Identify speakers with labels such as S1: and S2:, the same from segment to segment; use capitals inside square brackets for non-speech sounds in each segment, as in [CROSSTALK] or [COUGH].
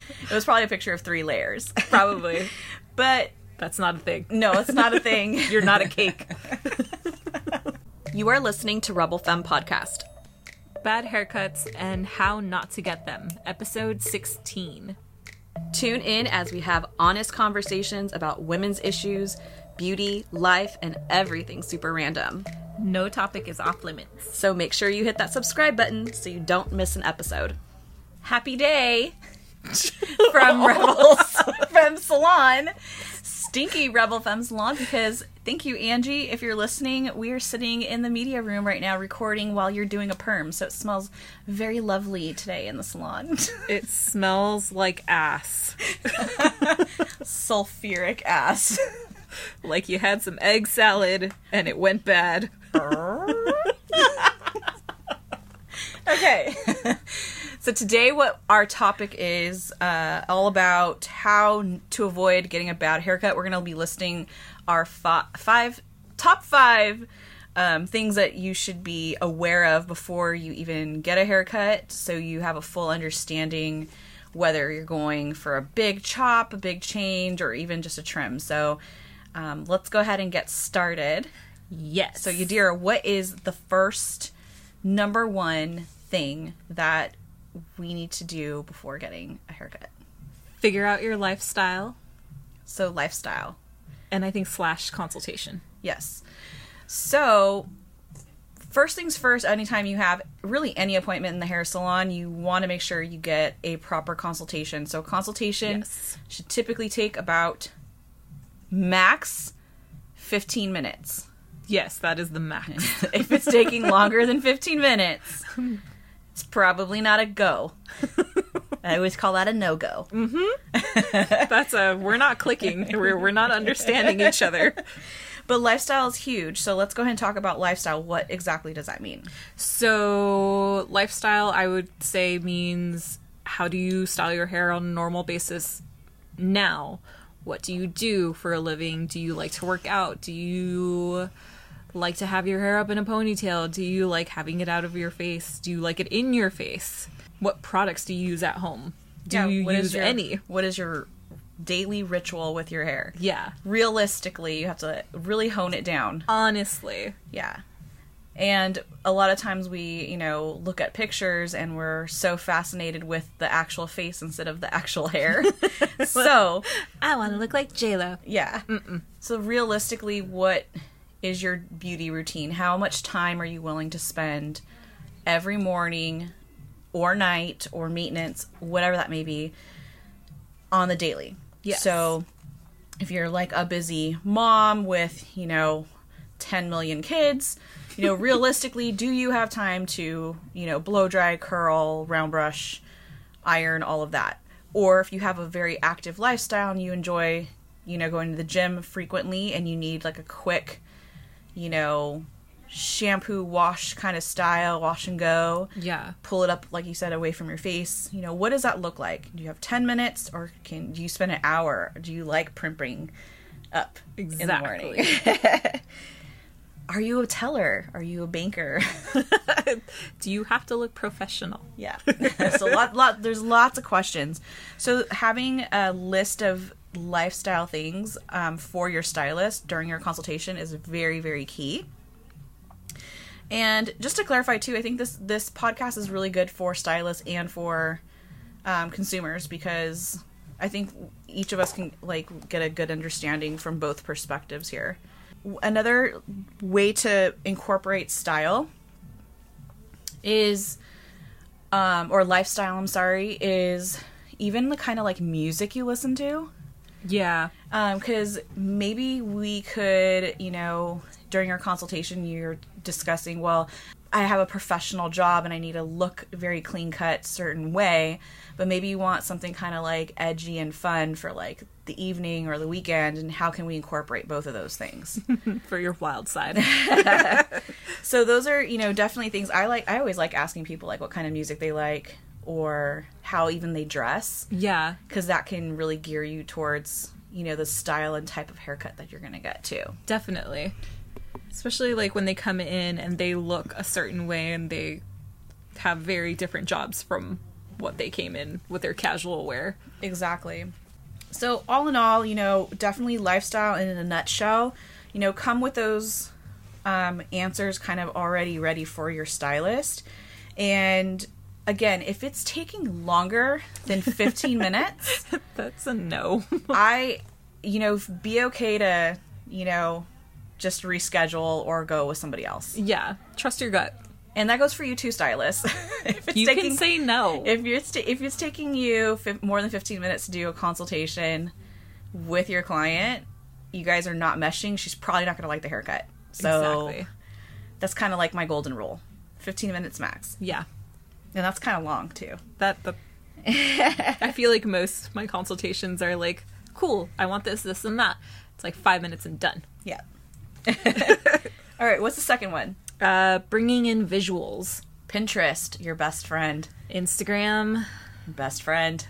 S1: It was probably a picture of three layers.
S2: [LAUGHS] Probably.
S1: But
S2: That's not a thing.
S1: no, it's not a thing.
S2: [LAUGHS] You're not a cake.
S1: You are listening to Rebel Femme Podcast.
S2: Bad haircuts and how not to get them. Episode 16.
S1: Tune in as we have honest conversations about women's issues, beauty, life, and everything super random.
S2: No topic is off limits.
S1: So make sure you hit that subscribe button so you don't miss an episode. Happy day
S2: [LAUGHS]
S1: from Rebels Femme Salon, stinky Rebel Femme Salon. Because thank you, Angie. If you're listening, we are sitting in the media room right now recording while you're doing a perm, so it smells very lovely today in the salon. [LAUGHS]
S2: It smells like ass.
S1: Sulfuric ass.
S2: [LAUGHS] Like you had some egg salad and it went bad.
S1: [LAUGHS] Okay. so today, what our topic is uh, all about how n- to avoid getting a bad haircut. We're going to be listing our fi- five top five um, things that you should be aware of before you even get a haircut, so you have a full understanding whether you're going for a big chop, a big change, or even just a trim. So. Um, let's go ahead and get started.
S2: Yes.
S1: So, Yadira, what is the first number one thing that we need to do before getting a haircut?
S2: figure out your lifestyle
S1: So, lifestyle.
S2: and I think slash consultation.
S1: Yes. So, first things first, anytime you have really any appointment in the hair salon, you want to make sure you get a proper consultation. So, consultation
S2: Yes.
S1: should typically take about max 15 minutes.
S2: Yes, that is the max.
S1: [LAUGHS] if it's taking longer than 15 minutes, it's probably not a
S2: [LAUGHS]
S1: go. I always call that a no go.
S2: [LAUGHS] That's a we're not clicking. We're we're not understanding each other.
S1: But lifestyle is huge, so let's go ahead and talk about lifestyle. What exactly does that mean?
S2: So, lifestyle, I would say, means how do you style your hair on a normal basis now? What do you do for a living? Do you like to work out? Do you like to have your hair up in a ponytail? Do you like having it out of your face? Do you like it in your face? What products do you use at home? Do you
S1: what is
S2: use
S1: your-
S2: any?
S1: What is your daily ritual with your hair?
S2: Yeah,
S1: Realistically, you have to really hone it down.
S2: honestly.
S1: Yeah. And a lot of times we, you know, look at pictures and we're so fascinated with the actual face instead of the actual
S2: [LAUGHS]
S1: hair. so,
S2: I want to look like JLo.
S1: Yeah. So realistically, what is your beauty routine? How much time are you willing to spend every morning or night or maintenance, whatever that may be, on the daily?
S2: Yes.
S1: So if you're like a busy mom with, you know, 10 million kids, you know, realistically, do you have time to, you know, blow dry, curl, round brush, iron, all of that? Or if you have a very active lifestyle and you enjoy, you know, going to the gym frequently and you need like a quick, you know, shampoo wash kind of style, wash and go,
S2: Yeah.
S1: pull it up like you said away from your face you know what does that look like do you have 10 minutes or can do you spend an hour do you like primping up in the morning
S2: Exactly.
S1: [LAUGHS] are you a teller are you a banker
S2: [LAUGHS] do you have to look professional?
S1: yeah [LAUGHS] so lot, lot there's lots of questions so having a list of lifestyle things um, for your stylist during your consultation is very very key and just to clarify too i think this this podcast is really good for stylists and for um, consumers because i think each of us can like get a good understanding from both perspectives here W- another way to incorporate style is um, or lifestyle, I'm sorry, is even the kind of like music you listen to.
S2: Yeah.
S1: Because maybe we could, you know, during our consultation, you're discussing, well, I have a professional job and I need to look very clean cut, certain way, but maybe you want something kind of like edgy and fun for like the evening or the weekend, and how can we incorporate both of those things?
S2: For your wild side.
S1: so those are you know definitely things i like i always like asking people like what kind of music they like or how even they dress
S2: Yeah.
S1: because that can really gear you towards you know the style and type of haircut that you're gonna get too
S2: Definitely. Especially like when they come in and they look a certain way and they have very different jobs from what they came in with their casual wear.
S1: Exactly. So all in all, you know, definitely lifestyle in a nutshell. You know, come with those um, answers kind of already ready for your stylist. And again, if it's taking longer than
S2: [LAUGHS]
S1: 15 minutes,
S2: That's a no. [LAUGHS]
S1: I, you know, be okay to, you know, just reschedule or go with somebody else.
S2: yeah, trust your gut.
S1: And that goes for you too, stylist. [LAUGHS] if it's
S2: You can say no.
S1: if you're st- if it's taking you fif- more than 15 minutes to do a consultation with your client you guys are not meshing she's probably not going to like the haircut so
S2: exactly.
S1: that's kind of like my golden rule 15 minutes max
S2: Yeah.
S1: and that's kind of long too
S2: That the I feel like most of my consultations are like, cool, I want this, this and that. It's like 5 minutes and done.
S1: yeah [LAUGHS] all right what's the second one
S2: Uh bringing in visuals.
S1: pinterest your best friend
S2: Instagram,
S1: best friend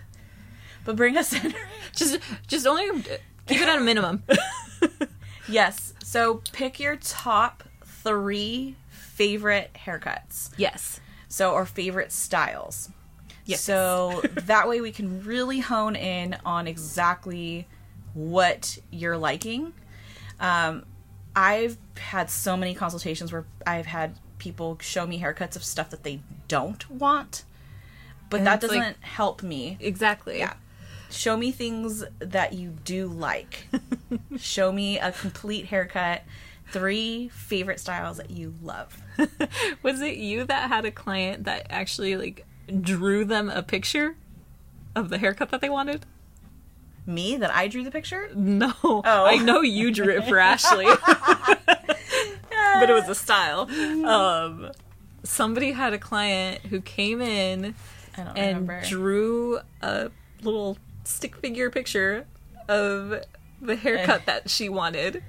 S1: but bring us in [LAUGHS]
S2: just just only keep it at a minimum.
S1: yes so pick your top three favorite haircuts
S2: yes.
S1: so our favorite styles
S2: Yes.
S1: So [LAUGHS] that way we can really hone in on exactly what you're liking. Um, I've had so many consultations where I've had people show me haircuts of stuff that they don't want, but
S2: And
S1: that
S2: it's
S1: doesn't
S2: like-
S1: help me.
S2: Exactly.
S1: Yeah. Show me things that you do
S2: [LAUGHS]
S1: like. show me a complete haircut, three favorite styles that you
S2: [LAUGHS]
S1: love.
S2: [LAUGHS] Was it you that had a client that actually like drew them a picture of the haircut that they wanted?
S1: Me that I drew the picture?
S2: No. I know you drew it for Ashley. [LAUGHS] but it was a style. Um somebody had a client who came in
S1: I don't
S2: and
S1: remember.
S2: drew a little stick figure picture of the haircut that she wanted.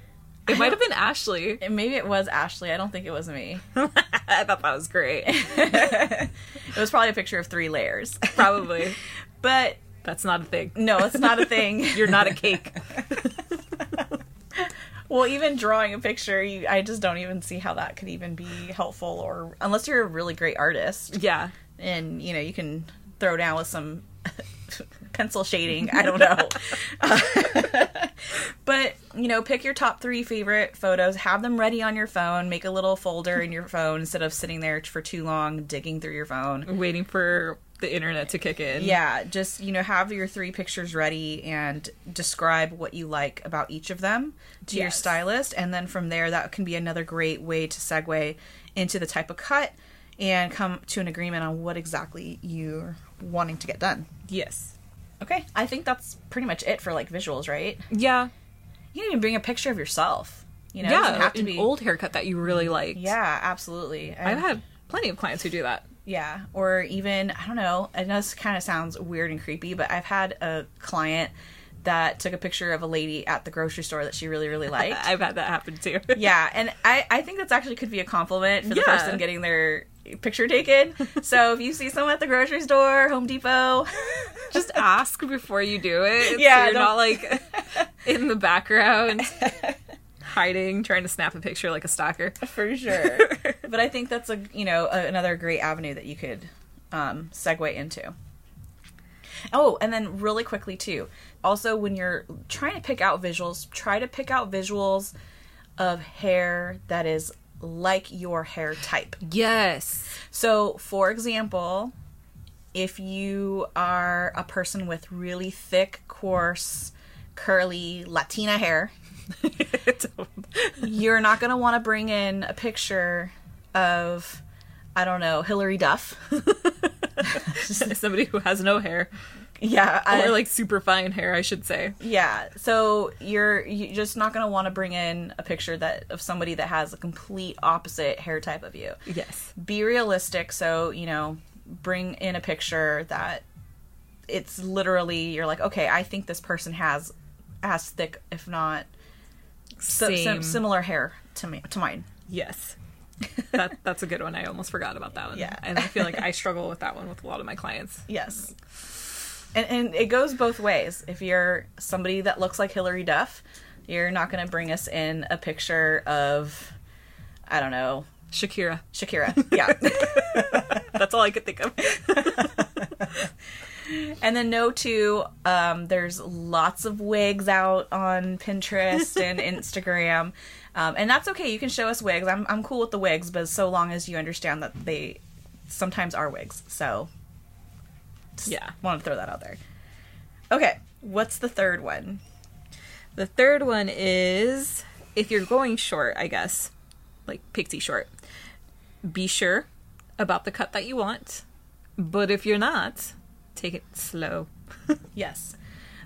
S2: It might have been Ashley.
S1: And Maybe it was Ashley. [LAUGHS] I don't think it was [LAUGHS] me.
S2: I thought that
S1: [LAUGHS]
S2: was great.
S1: it was probably a picture of three layers.
S2: Probably.
S1: [LAUGHS] But
S2: That's not a thing.
S1: no, it's not a [LAUGHS] thing.
S2: You're not a cake.
S1: well, even drawing a picture, you, I just don't even see how that could even be helpful or unless you're a really great artist
S2: Yeah.
S1: and, you know, you can throw down with some [LAUGHS] pencil shading, I don't know. but, you know, pick your top 3 favorite photos, have them ready on your phone, make a little folder in your phone instead of sitting there for too long digging through your phone.
S2: Waiting for the internet to kick in.
S1: Yeah, just you know, have your three pictures ready and describe what you like about each of them to your
S2: Yes.
S1: stylist, and then from there, that can be another great way to segue into the type of cut and come to an agreement on what exactly you're wanting to get done.
S2: Yes.
S1: Okay, I think that's pretty much it for like visuals, right?
S2: Yeah.
S1: You can even bring a picture of yourself. You know, it
S2: yeah.
S1: doesn't have to
S2: an
S1: be
S2: old haircut that you really liked.
S1: Yeah, absolutely.
S2: I've
S1: And-
S2: had plenty of clients who do that.
S1: Yeah, or even I don't know. I know this kind of sounds weird and creepy, but I've had a client that took a picture of a lady at the grocery store that she really
S2: [LAUGHS]
S1: really liked.
S2: I've had that happen too. [LAUGHS]
S1: yeah, and I I think that's actually could be a compliment for the
S2: Yeah.
S1: person getting their picture
S2: [LAUGHS]
S1: taken. so if you see someone at the grocery store, Home Depot,
S2: Just ask before you do it.
S1: [LAUGHS]
S2: so
S1: Yeah,
S2: you're
S1: don't-
S2: not [LAUGHS] like in the [LAUGHS] background
S1: [LAUGHS]
S2: hiding, trying to snap a picture like a stalker.
S1: for sure. but I think that's a you know a, another great avenue that you could um, segue into. Oh, and then really quickly too. Also, when you're trying to pick out visuals, try to pick out visuals of hair that is like your hair type.
S2: [LAUGHS] Yes.
S1: So, for example, if you are a person with really thick, coarse, curly Latina hair, you're not going to want to bring in a picture of I don't know, Hillary Duff.
S2: [LAUGHS]
S1: [LAUGHS]
S2: Somebody who has no hair
S1: yeah, I,
S2: or like super fine hair, I should say.
S1: yeah. So you're you're just not going to want to bring in a picture that of somebody that has a complete opposite hair type of you.
S2: Yes.
S1: Be realistic, so, you know, bring in a picture that it's literally you're like, "Okay, I think this person has as thick if not si- si-
S2: Same.
S1: similar hair to me to mine."
S2: Yes. [LAUGHS] that that's a good one. I almost forgot about that one.
S1: Yeah.
S2: And I feel like I struggle with that one with a lot of my clients.
S1: Yes. And, and it goes both ways. If you're somebody that looks like Hillary Duff, you're not going to bring us in a picture of, I don't know,
S2: Shakira.
S1: Shakira. Yeah.
S2: [LAUGHS] That's all I could think of.
S1: and then no two, um, there's lots of wigs out on Pinterest and Instagram. Um, and that's okay. You can show us wigs. I'm I'm cool with the wigs, but so long as you understand that they sometimes are wigs. So just
S2: Yeah.
S1: want to throw that out there. Okay, what's the third one?
S2: [LAUGHS] The third one is if you're going short, I guess, like pixie short, be sure about the cut that you want. But if you're not, take it slow.
S1: Yes.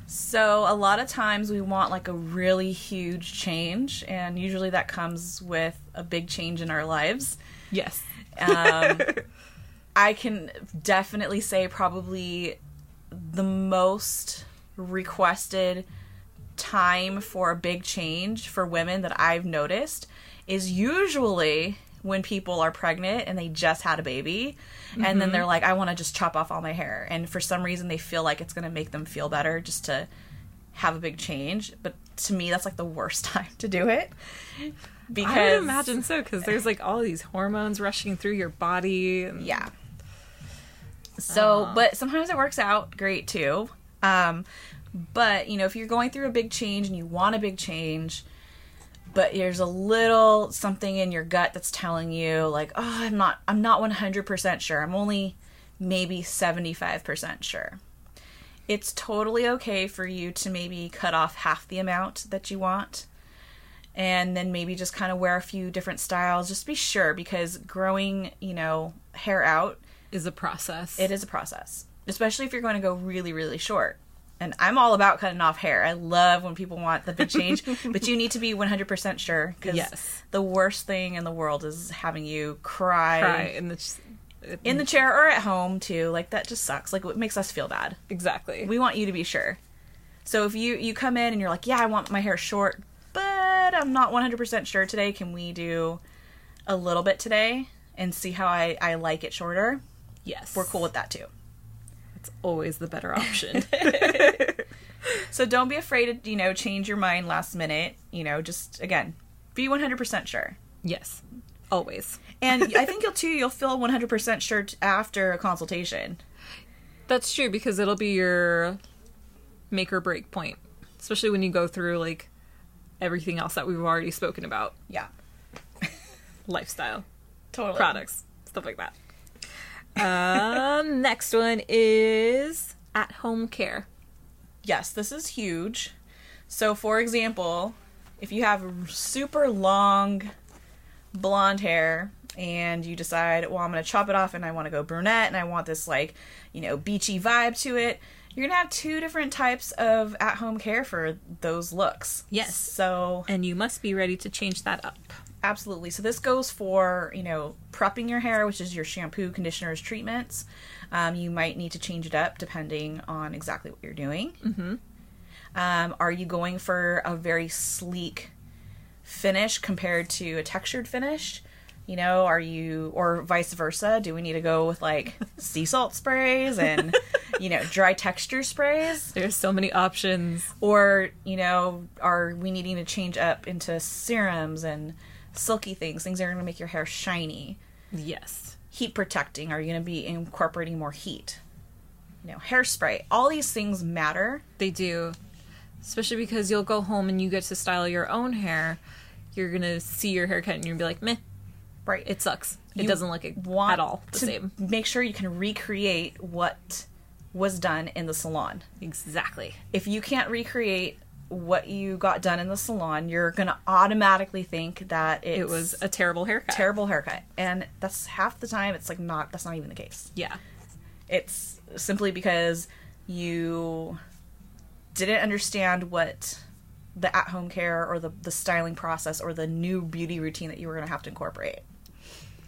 S1: So a lot of times we want like a really huge change, and usually that comes with a big change in our lives.
S2: Yes.
S1: Um, I can definitely say probably the most requested time for a big change for women that I've noticed is usually when people are pregnant and they just had a baby and
S2: Mm-hmm.
S1: then they're like I want to just chop off all my hair and for some reason they feel like it's going to make them feel better just to have a big change but to me that's like the worst [LAUGHS] time to do it because
S2: I would imagine so because there's like all these hormones rushing through your body. and-
S1: Yeah. So,
S2: Uh.
S1: but sometimes it works out great too. Um, but you know, if you're going through a big change and you want a big change, but there's a little something in your gut that's telling you like, "Oh, I'm not I'm not 100% sure. I'm only maybe 75% sure." It's totally okay for you to maybe cut off half the amount that you want and then maybe just kind of wear a few different styles. Just be sure because growing, you know, hair out,
S2: Is a process.
S1: it is a process, especially if you're going to go really, really short. And I'm all about cutting off hair. I love when people want the big
S2: [LAUGHS]
S1: change, but you need to be 100% sure because
S2: Yes.
S1: the worst thing in the world is having you cry,
S2: Cry in the.
S1: in the chair or at home too. Like that just sucks. Like it makes us feel bad.
S2: exactly.
S1: We want you to be sure. So if you you come in and you're like, "Yeah, I want my hair short, but I'm not 100% sure today. Can we do a little bit today and see how I I like it shorter?"
S2: yes.
S1: We're cool with that too.
S2: It's always the better [LAUGHS] option.
S1: So don't be afraid to, you know, change your mind last minute, you know, just again, be 100% sure.
S2: yes. Always.
S1: And I think you'll too you'll feel 100% sure t- after a consultation.
S2: That's true because it'll be your make or break point, especially when you go through like everything else that we've already spoken about,
S1: Yeah.
S2: lifestyle,
S1: Totally.
S2: products, stuff like [LAUGHS] that. Um, next one is at-home care.
S1: Yes, this is huge. So, for example, if you have super long blonde hair and you decide, well, I'm going to chop it off and I want to go brunette and I want this, like, you know, beachy vibe to it, you're going to have two different types of at home care for those looks.
S2: Yes.
S1: So,
S2: And you must be ready to change that up.
S1: Absolutely. So this goes for you know prepping your hair, which is your shampoo, conditioners, treatments. Um, you might need to change it up depending on exactly what you're doing. Mm-hmm. Um, are you going for a very sleek finish compared to a textured finish? You know, are you or vice versa? Do we need to go with like [LAUGHS] sea salt sprays and you know dry texture sprays?
S2: There's so many options.
S1: or you know are we needing to change up into serums and silky things things that are going to make your hair shiny
S2: Yes.
S1: heat protecting are you going to be incorporating more heat you know hairspray all these things matter
S2: They do. Especially because you'll go home and you get to style your own hair. You're going to see your haircut and you'll be like, meh,
S1: right
S2: it sucks. It
S1: You
S2: doesn't look it-
S1: want
S2: at all the
S1: to
S2: same.
S1: make sure you can recreate what was done in the salon
S2: Exactly.
S1: if you can't recreate what you got done in the salon you're going to automatically think that it's
S2: It was a terrible haircut.
S1: terrible haircut and that's half the time it's like not that's not even the case
S2: yeah.
S1: It's simply because you didn't understand what the at home care or the, the styling process or the new beauty routine that you were going to have to incorporate.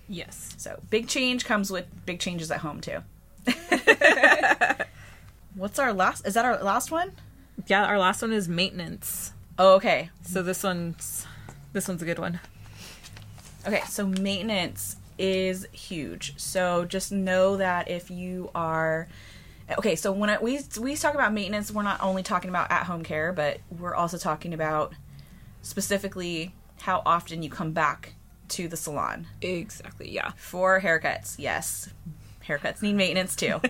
S2: Yes.
S1: So, big change comes with big changes at home, too. [LAUGHS] What's our last? Is that our last one?
S2: Yeah, our last one is maintenance.
S1: Oh, okay.
S2: So this one's this one's a good one.
S1: Okay, so maintenance is huge. So just know that if you are okay, so when I, we we talk about maintenance, we're not only talking about at home care, but we're also talking about specifically how often you come back to the salon
S2: Exactly. Yeah.
S1: for haircuts. Yes, haircuts need maintenance too.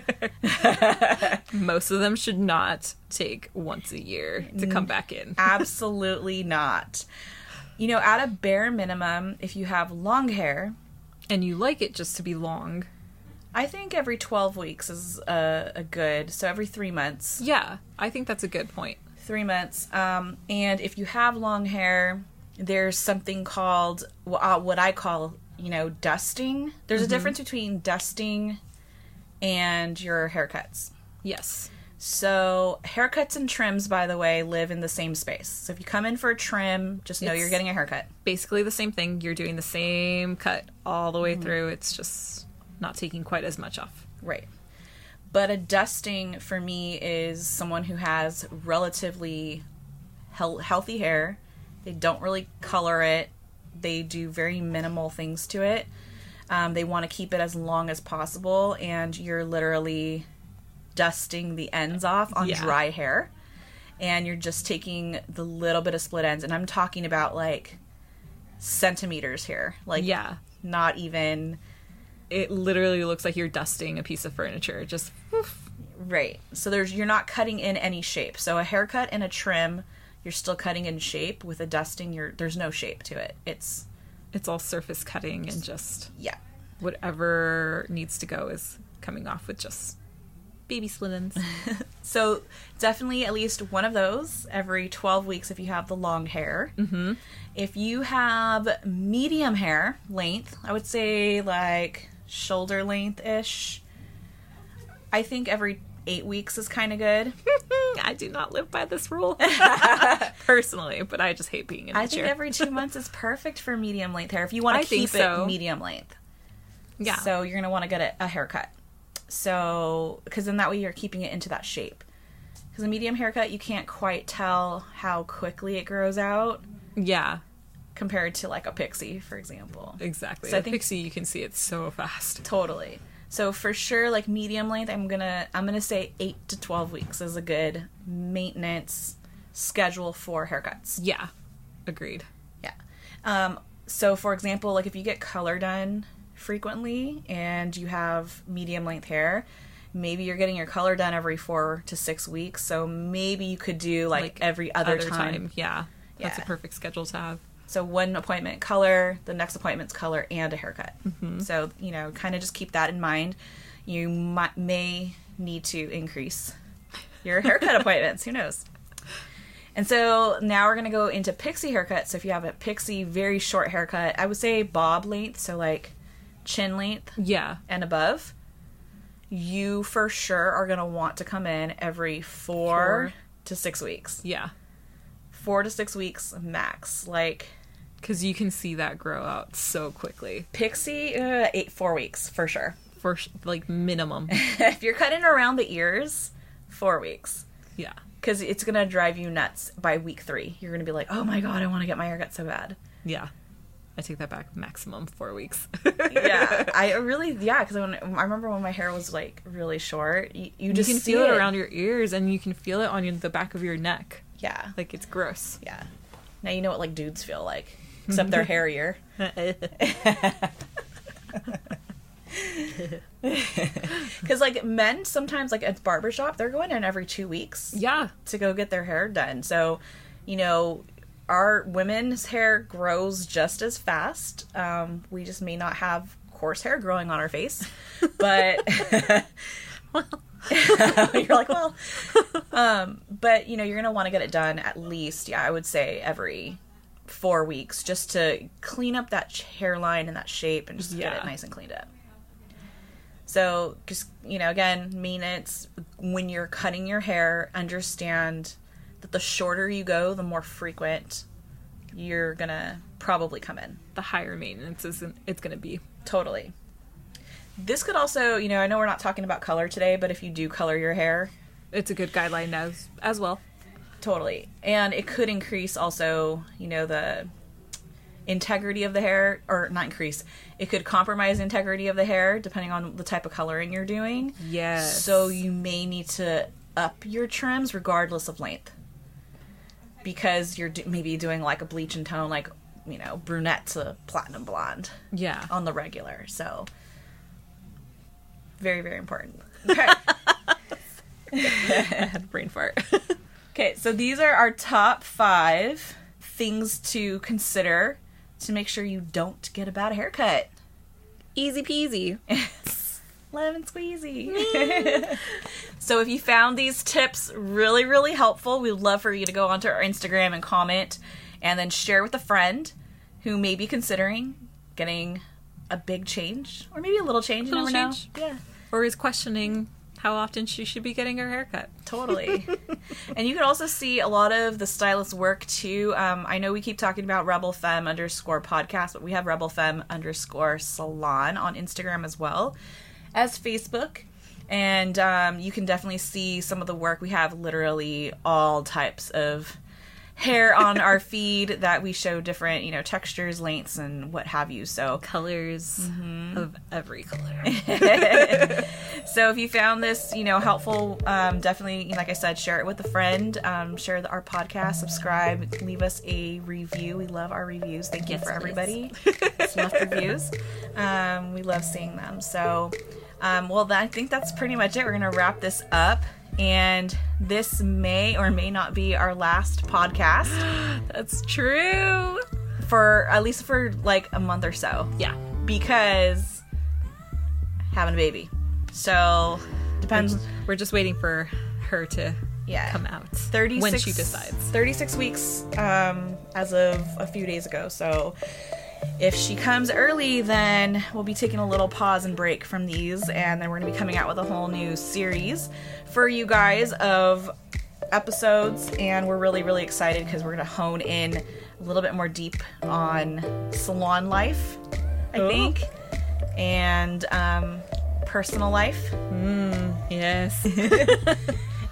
S2: Most of them should not take once a year to come back in.
S1: Absolutely not. You know, at a bare minimum, if you have long hair,
S2: And you like it just to be long.
S1: I think every 12 weeks is a, a good, so every three months.
S2: Yeah, I think that's a good point.
S1: Three months. Um, and if you have long hair, there's something called wh- uh, what I call, you know, dusting. There's a difference between dusting and your haircuts.
S2: Yes.
S1: So, haircuts and trims, by the way, live in the same space. So, if you come in for a trim, just know
S2: It's-
S1: you're getting a haircut.
S2: Basically the same thing. You're doing the same cut all the
S1: Mm-hmm.
S2: way through. It's just not taking quite as much off.
S1: Right. But a dusting for me is someone who has relatively hel- healthy hair. They don't really color it. They do very minimal things to it. Um, they want to keep it as long as possible, and you're literally dusting the ends off on
S2: Yeah.
S1: dry hair. And you're just taking the little bit of split ends, and I'm talking about like centimeters here, like
S2: Yeah.
S1: not even
S2: It literally looks like you're dusting a piece of furniture. Just woof.
S1: Right. So there's you're not cutting in any shape. So a haircut and a trim, you're still cutting in shape. With a dusting, you're there's no shape to it. It's
S2: it's all surface cutting and just
S1: yeah.
S2: whatever needs to go is coming off with just baby
S1: [LAUGHS]
S2: split ends.
S1: So definitely at least one of those every 12 weeks if you have the long hair. Mm-hmm. If you have medium hair length, I would say like shoulder length ish. I think every eight weeks is kind of good.
S2: [LAUGHS] I do not live by this
S1: [LAUGHS]
S2: rule [LAUGHS] personally, but I just hate being in a
S1: I
S2: chair.
S1: think every two months is perfect for medium length hair if you want
S2: I
S1: to
S2: think
S1: keep
S2: so.
S1: it medium length.
S2: yeah,
S1: So you're gonna want to get a, a haircut. So because then that way you're keeping it into that shape. Because a medium haircut, you can't quite tell how quickly it grows out
S2: yeah,
S1: compared to like a pixie, for example.
S2: exactly.
S1: So I
S2: I
S1: think-
S2: think Pixie, you can see it so fast.
S1: Totally. So for sure, like medium length, I'm gonna I'm gonna say eight to twelve weeks is a good maintenance schedule for haircuts.
S2: Yeah, agreed.
S1: Yeah. Um, so, for example, like if you get color done frequently and you have medium length hair, maybe you're getting your color done every four to six weeks. So maybe you could do like,
S2: Like,
S1: every other, time.
S2: yeah, that's
S1: Yeah.
S2: a perfect schedule to have.
S1: So one appointment color, the next appointment's color, and a haircut. So you know, kind of just keep that in mind. You mi- may need to increase your haircut appointments. Who knows? And so now we're gonna go into pixie haircuts. So if you have a pixie, very short haircut, I would say bob length, so like chin length
S2: Yeah,
S1: and above. You for sure are gonna want to come in every four.
S2: Four.
S1: to six weeks.
S2: yeah,
S1: Four to six weeks max. Like
S2: because you can see that grow out so quickly
S1: Pixie, uh, eight four weeks for sure. [LAUGHS]
S2: for sh- like [LAUGHS] minimum.
S1: if you're cutting around the ears, four weeks,
S2: yeah,
S1: because it's gonna drive you nuts by week three. You're gonna be like, oh my god, I want to get my haircut so bad.
S2: yeah. I take that back. Maximum four weeks. [LAUGHS]
S1: Yeah, [LAUGHS] I really, yeah, because when I remember when my hair was like really short, you, you
S2: you
S1: just
S2: can
S1: see
S2: feel it around your ears and you can feel it on your, the back of your neck.
S1: Yeah,
S2: Like it's [LAUGHS] gross.
S1: yeah. Now you know what like dudes feel like, except
S2: [LAUGHS]
S1: they're hairier. Because like men sometimes like at barbershop, they're going in every two weeks.
S2: yeah.
S1: to go get their hair done. So, you know, our women's hair grows just as fast. Um, we just may not have coarse hair growing on our face, but [LAUGHS] you're like, well, um, but you know, you're gonna want to get it done at least, yeah, I would say every four weeks just to clean up that hairline and that shape and just get
S2: Yeah.
S1: it nice and cleaned up. So just you know, again, maintenance. When you're cutting your hair, understand that the shorter you go, the more frequent you're gonna probably come in.
S2: The higher maintenance isn't it's gonna be.
S1: Totally. This could also, you know, I know we're not talking about color today, but if you do color your hair,
S2: It's a good guideline as as well.
S1: totally, and it could increase also, you know, the integrity of the hair, or not increase. It could compromise integrity of the hair depending on the type of coloring you're doing.
S2: Yes.
S1: So you may need to up your trims regardless of length. Because you're do- maybe doing like a bleach and tone, like you know brunette to platinum blonde
S2: Yeah.
S1: on the regular. So very very important. [LAUGHS] Okay.
S2: I had a brain [LAUGHS] fart.
S1: okay, so these are our top 5 things to consider to make sure you don't get a bad haircut.
S2: Easy peasy.
S1: Lemon squeezy. [LAUGHS] so if you found these tips really, really helpful, we'd love for you to go onto our Instagram and comment and then share with a friend who may be considering getting a big change or maybe a little change. You
S2: Little
S1: never
S2: change.
S1: know. Yeah.
S2: Or is questioning how often she should be getting her haircut.
S1: Totally. and you can also see a lot of the stylist work too. Um, I know we keep talking about Rebel Femme underscore podcast, but we have Rebel Femme underscore salon on Instagram as well as Facebook. And um, you can definitely see some of the work. We have literally all types of hair on our feed that we show different, you know, textures, lengths, and what have you. So
S2: Colors of every color.
S1: So if you found this, you know, helpful, um, definitely, like I said, share it with a friend. Um, share the, our podcast, subscribe, leave us a review. We love our reviews. Thank you
S2: Yes,
S1: for
S2: please. [LAUGHS]
S1: everybody that's left reviews. Um, we love seeing them. So, um, well, that, I think that's pretty much it. We're gonna wrap this up, and this may or may not be our last podcast
S2: That's true.
S1: for at least for like a month or so
S2: Yeah.
S1: because having a baby. So depends.
S2: We're just waiting for her to
S1: Yeah.
S2: come out.
S1: 36
S2: When she [LAUGHS] decides.
S1: 36 weeks um, as of a few days ago so if she comes early then we'll be taking a little pause and break from these and then we're going to be coming out with a whole new series for you guys of episodes and we're really really excited because we're going to hone in a little bit more deep on salon life i
S2: Ooh.
S1: think and um, personal life
S2: Yes.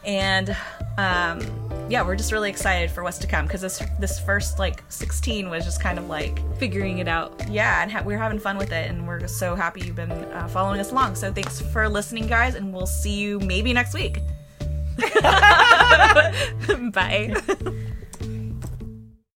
S1: and um, yeah, we're just really excited for what's to come because this this first like 16 was just kind of like
S2: Figuring it out.
S1: yeah, and ha- we we're having fun with it, and we're just so happy you've been uh, following us along. So thanks for listening, guys, and we'll see you maybe next week.
S2: [LAUGHS] Bye.